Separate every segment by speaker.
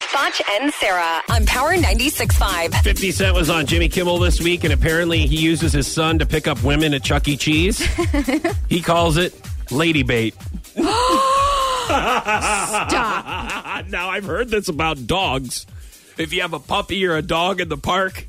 Speaker 1: Foch and Sarah on Power 96.5.
Speaker 2: 50 Cent was on Jimmy Kimmel this week, and apparently he uses his son to pick up women at Chuck E. Cheese. he calls it lady bait.
Speaker 3: Stop.
Speaker 2: now, I've heard this about dogs. If you have a puppy or a dog in the park,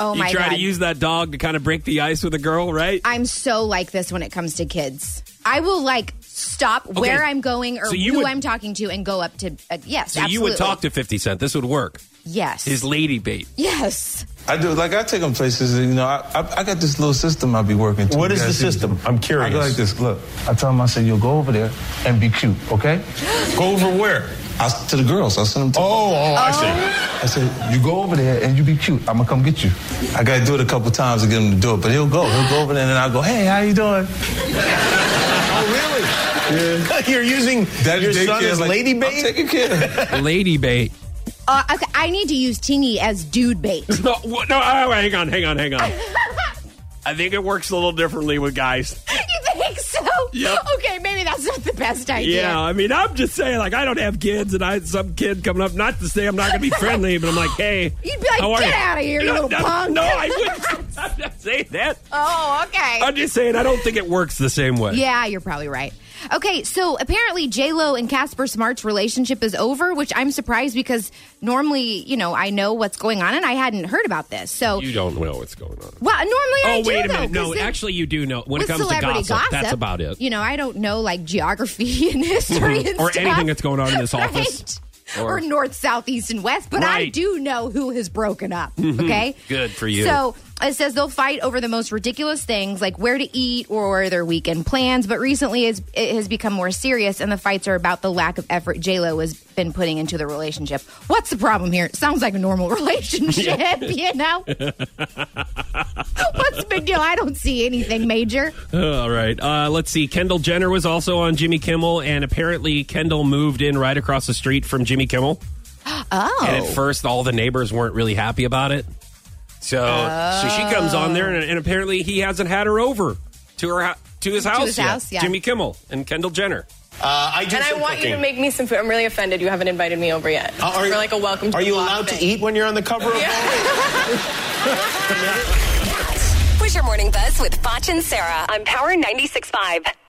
Speaker 3: Oh
Speaker 2: you
Speaker 3: my
Speaker 2: try
Speaker 3: god.
Speaker 2: to use that dog to kind of break the ice with a girl, right?
Speaker 3: I'm so like this when it comes to kids. I will like stop where I'm going or
Speaker 2: So you
Speaker 3: who
Speaker 2: would-
Speaker 3: I'm talking to and go up to uh, yes,
Speaker 2: so
Speaker 3: absolutely.
Speaker 2: you would talk to 50 Cent. This would work.
Speaker 3: yes.
Speaker 2: His lady bait.
Speaker 3: yes.
Speaker 4: I do. Like I take them places. You know, I, I, I got this little system I be working. To.
Speaker 5: What
Speaker 4: You
Speaker 5: is
Speaker 4: guys
Speaker 5: the
Speaker 4: see this?
Speaker 5: system? I'm curious.
Speaker 4: I go like this. Look, I tell them I say, "Yo, go over there and be cute, okay?
Speaker 5: Go over where?
Speaker 4: I s- to the girls. I send them. To
Speaker 5: Oh, oh, I see.
Speaker 4: I said, "You go over there and you be cute. I'm gonna come get you." I gotta do it a couple times to get him to do it, but he'll go. He'll go over there and then I go, "Hey, how you doing?"
Speaker 5: Oh, really? You're using your
Speaker 4: daycare,
Speaker 5: son as
Speaker 4: like,
Speaker 5: lady
Speaker 4: I'm
Speaker 5: bait?
Speaker 4: taking care. of him."
Speaker 2: lady bait.
Speaker 3: Uh, okay, I need to use teeny as dude bait.
Speaker 2: No, wha- no, oh, hang on, hang on, hang on. I think it works a little differently with guys.
Speaker 3: you think so?
Speaker 2: Yep.
Speaker 3: Okay, maybe that's not the best
Speaker 2: Yeah,
Speaker 3: idea.
Speaker 2: I mean, I'm just saying, like, I don't have kids, and I had some kid coming up. Not to say I'm not going to be friendly, but I'm like, hey,
Speaker 3: You'd be like,
Speaker 2: how are
Speaker 3: "Get
Speaker 2: you?"
Speaker 3: outta here, you
Speaker 2: No,
Speaker 3: little
Speaker 2: no,
Speaker 3: punk.
Speaker 2: No, I wouldn't. I'm not saying that.
Speaker 3: Oh, okay.
Speaker 2: I'm just saying I don't think it works the same way.
Speaker 3: Yeah, you're probably right. Okay, so apparently J Lo and Casper Smart's relationship is over, which I'm surprised because normally, you know, I know what's going on and I hadn't heard about this. So,
Speaker 2: You don't know what's going on.
Speaker 3: well, normally I
Speaker 2: Oh,
Speaker 3: do.
Speaker 2: wait a
Speaker 3: though,
Speaker 2: minute. No,
Speaker 3: 'cause it-
Speaker 2: actually, you do know. When it
Speaker 3: with
Speaker 2: comes to
Speaker 3: celebrity
Speaker 2: gossip, that's about it. Mm-hmm.
Speaker 3: You know, I don't know like geography and history and
Speaker 2: Or
Speaker 3: stuff.
Speaker 2: anything that's going on in this
Speaker 3: Right?
Speaker 2: office. Or-
Speaker 3: Or, north, south, east, and west, but I
Speaker 2: Right. Mm-hmm.
Speaker 3: do know who has broken up. Okay,
Speaker 2: Good for you.
Speaker 3: So it says they'll fight over the most ridiculous things, like where to eat or their weekend plans. But recently, it's, it has become more serious, and the fights are about the lack of effort J Lo has been putting into the relationship. What's the problem here? It sounds like a normal relationship, you know. What's the big deal? I don't see anything major.
Speaker 2: All right. Uh, let's see. Kendall Jenner was also on Jimmy Kimmel, and apparently Kendall moved in right across the street from Jimmy Kimmel.
Speaker 3: Oh.
Speaker 2: And at first, all the neighbors weren't really happy about it. So, so she comes on there, and, and apparently he hasn't had her over to her hou- to his house.
Speaker 3: his
Speaker 2: yet.
Speaker 3: house, yeah.
Speaker 2: Jimmy Kimmel and Kendall Jenner.
Speaker 5: Uh, I do
Speaker 6: And I
Speaker 5: some
Speaker 6: want
Speaker 5: cooking.
Speaker 6: you to make me some food. I'm really offended you haven't invited me over yet.
Speaker 5: Uh, are
Speaker 6: For
Speaker 5: you-
Speaker 6: like a welcome. To
Speaker 5: Are
Speaker 6: the
Speaker 5: you
Speaker 6: block
Speaker 5: allowed to
Speaker 6: thing.
Speaker 5: eat when you're on the cover of
Speaker 6: Yeah.
Speaker 1: That was your morning buzz with Foch and Sarah on Power 96.5.